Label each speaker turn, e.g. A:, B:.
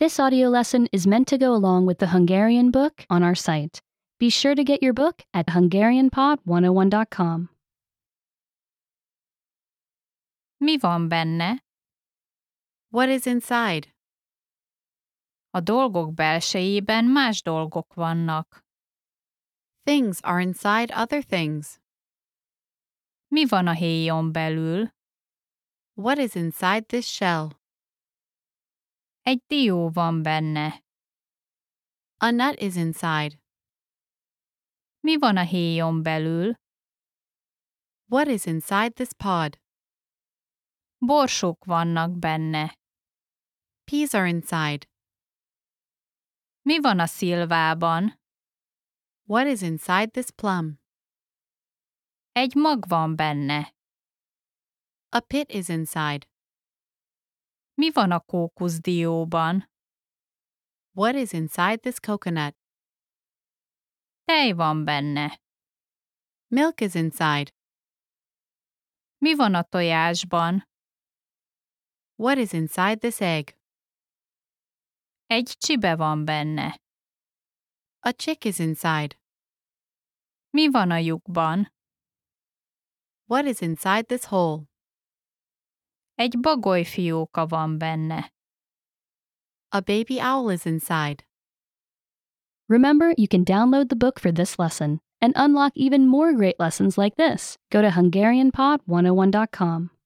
A: This audio lesson is meant to go along with the Hungarian book on our site. Be sure to get your book at HungarianPod101.com.
B: Mi van benne?
C: What is inside?
B: A dolgok belsejében más dolgok vannak.
C: Things are inside other things.
B: Mi van a héjon belül?
C: What is inside this shell?
B: Egy dió van benne.
C: A nut is inside.
B: Mi van a héjon belül?
C: What is inside this pod?
B: Borsók vannak benne.
C: Peas are inside.
B: Mi van a szilvában?
C: What is inside this plum?
B: Egy mag van benne.
C: A pit is inside.
B: Mi van a kókuszdióban?
C: What is inside this coconut?
B: Tej van benne.
C: Milk is inside.
B: Mi van a tojásban?
C: What is inside this egg?
B: Egy csibe van benne.
C: A chick is inside.
B: Mi van a lyukban?
C: What is inside this hole?
B: Egy bagoly fióka van benne.
C: A baby owl is inside.
A: Remember, you can download the book for this oh lesson and unlock even more great lessons like this. Go to HungarianPod101.com.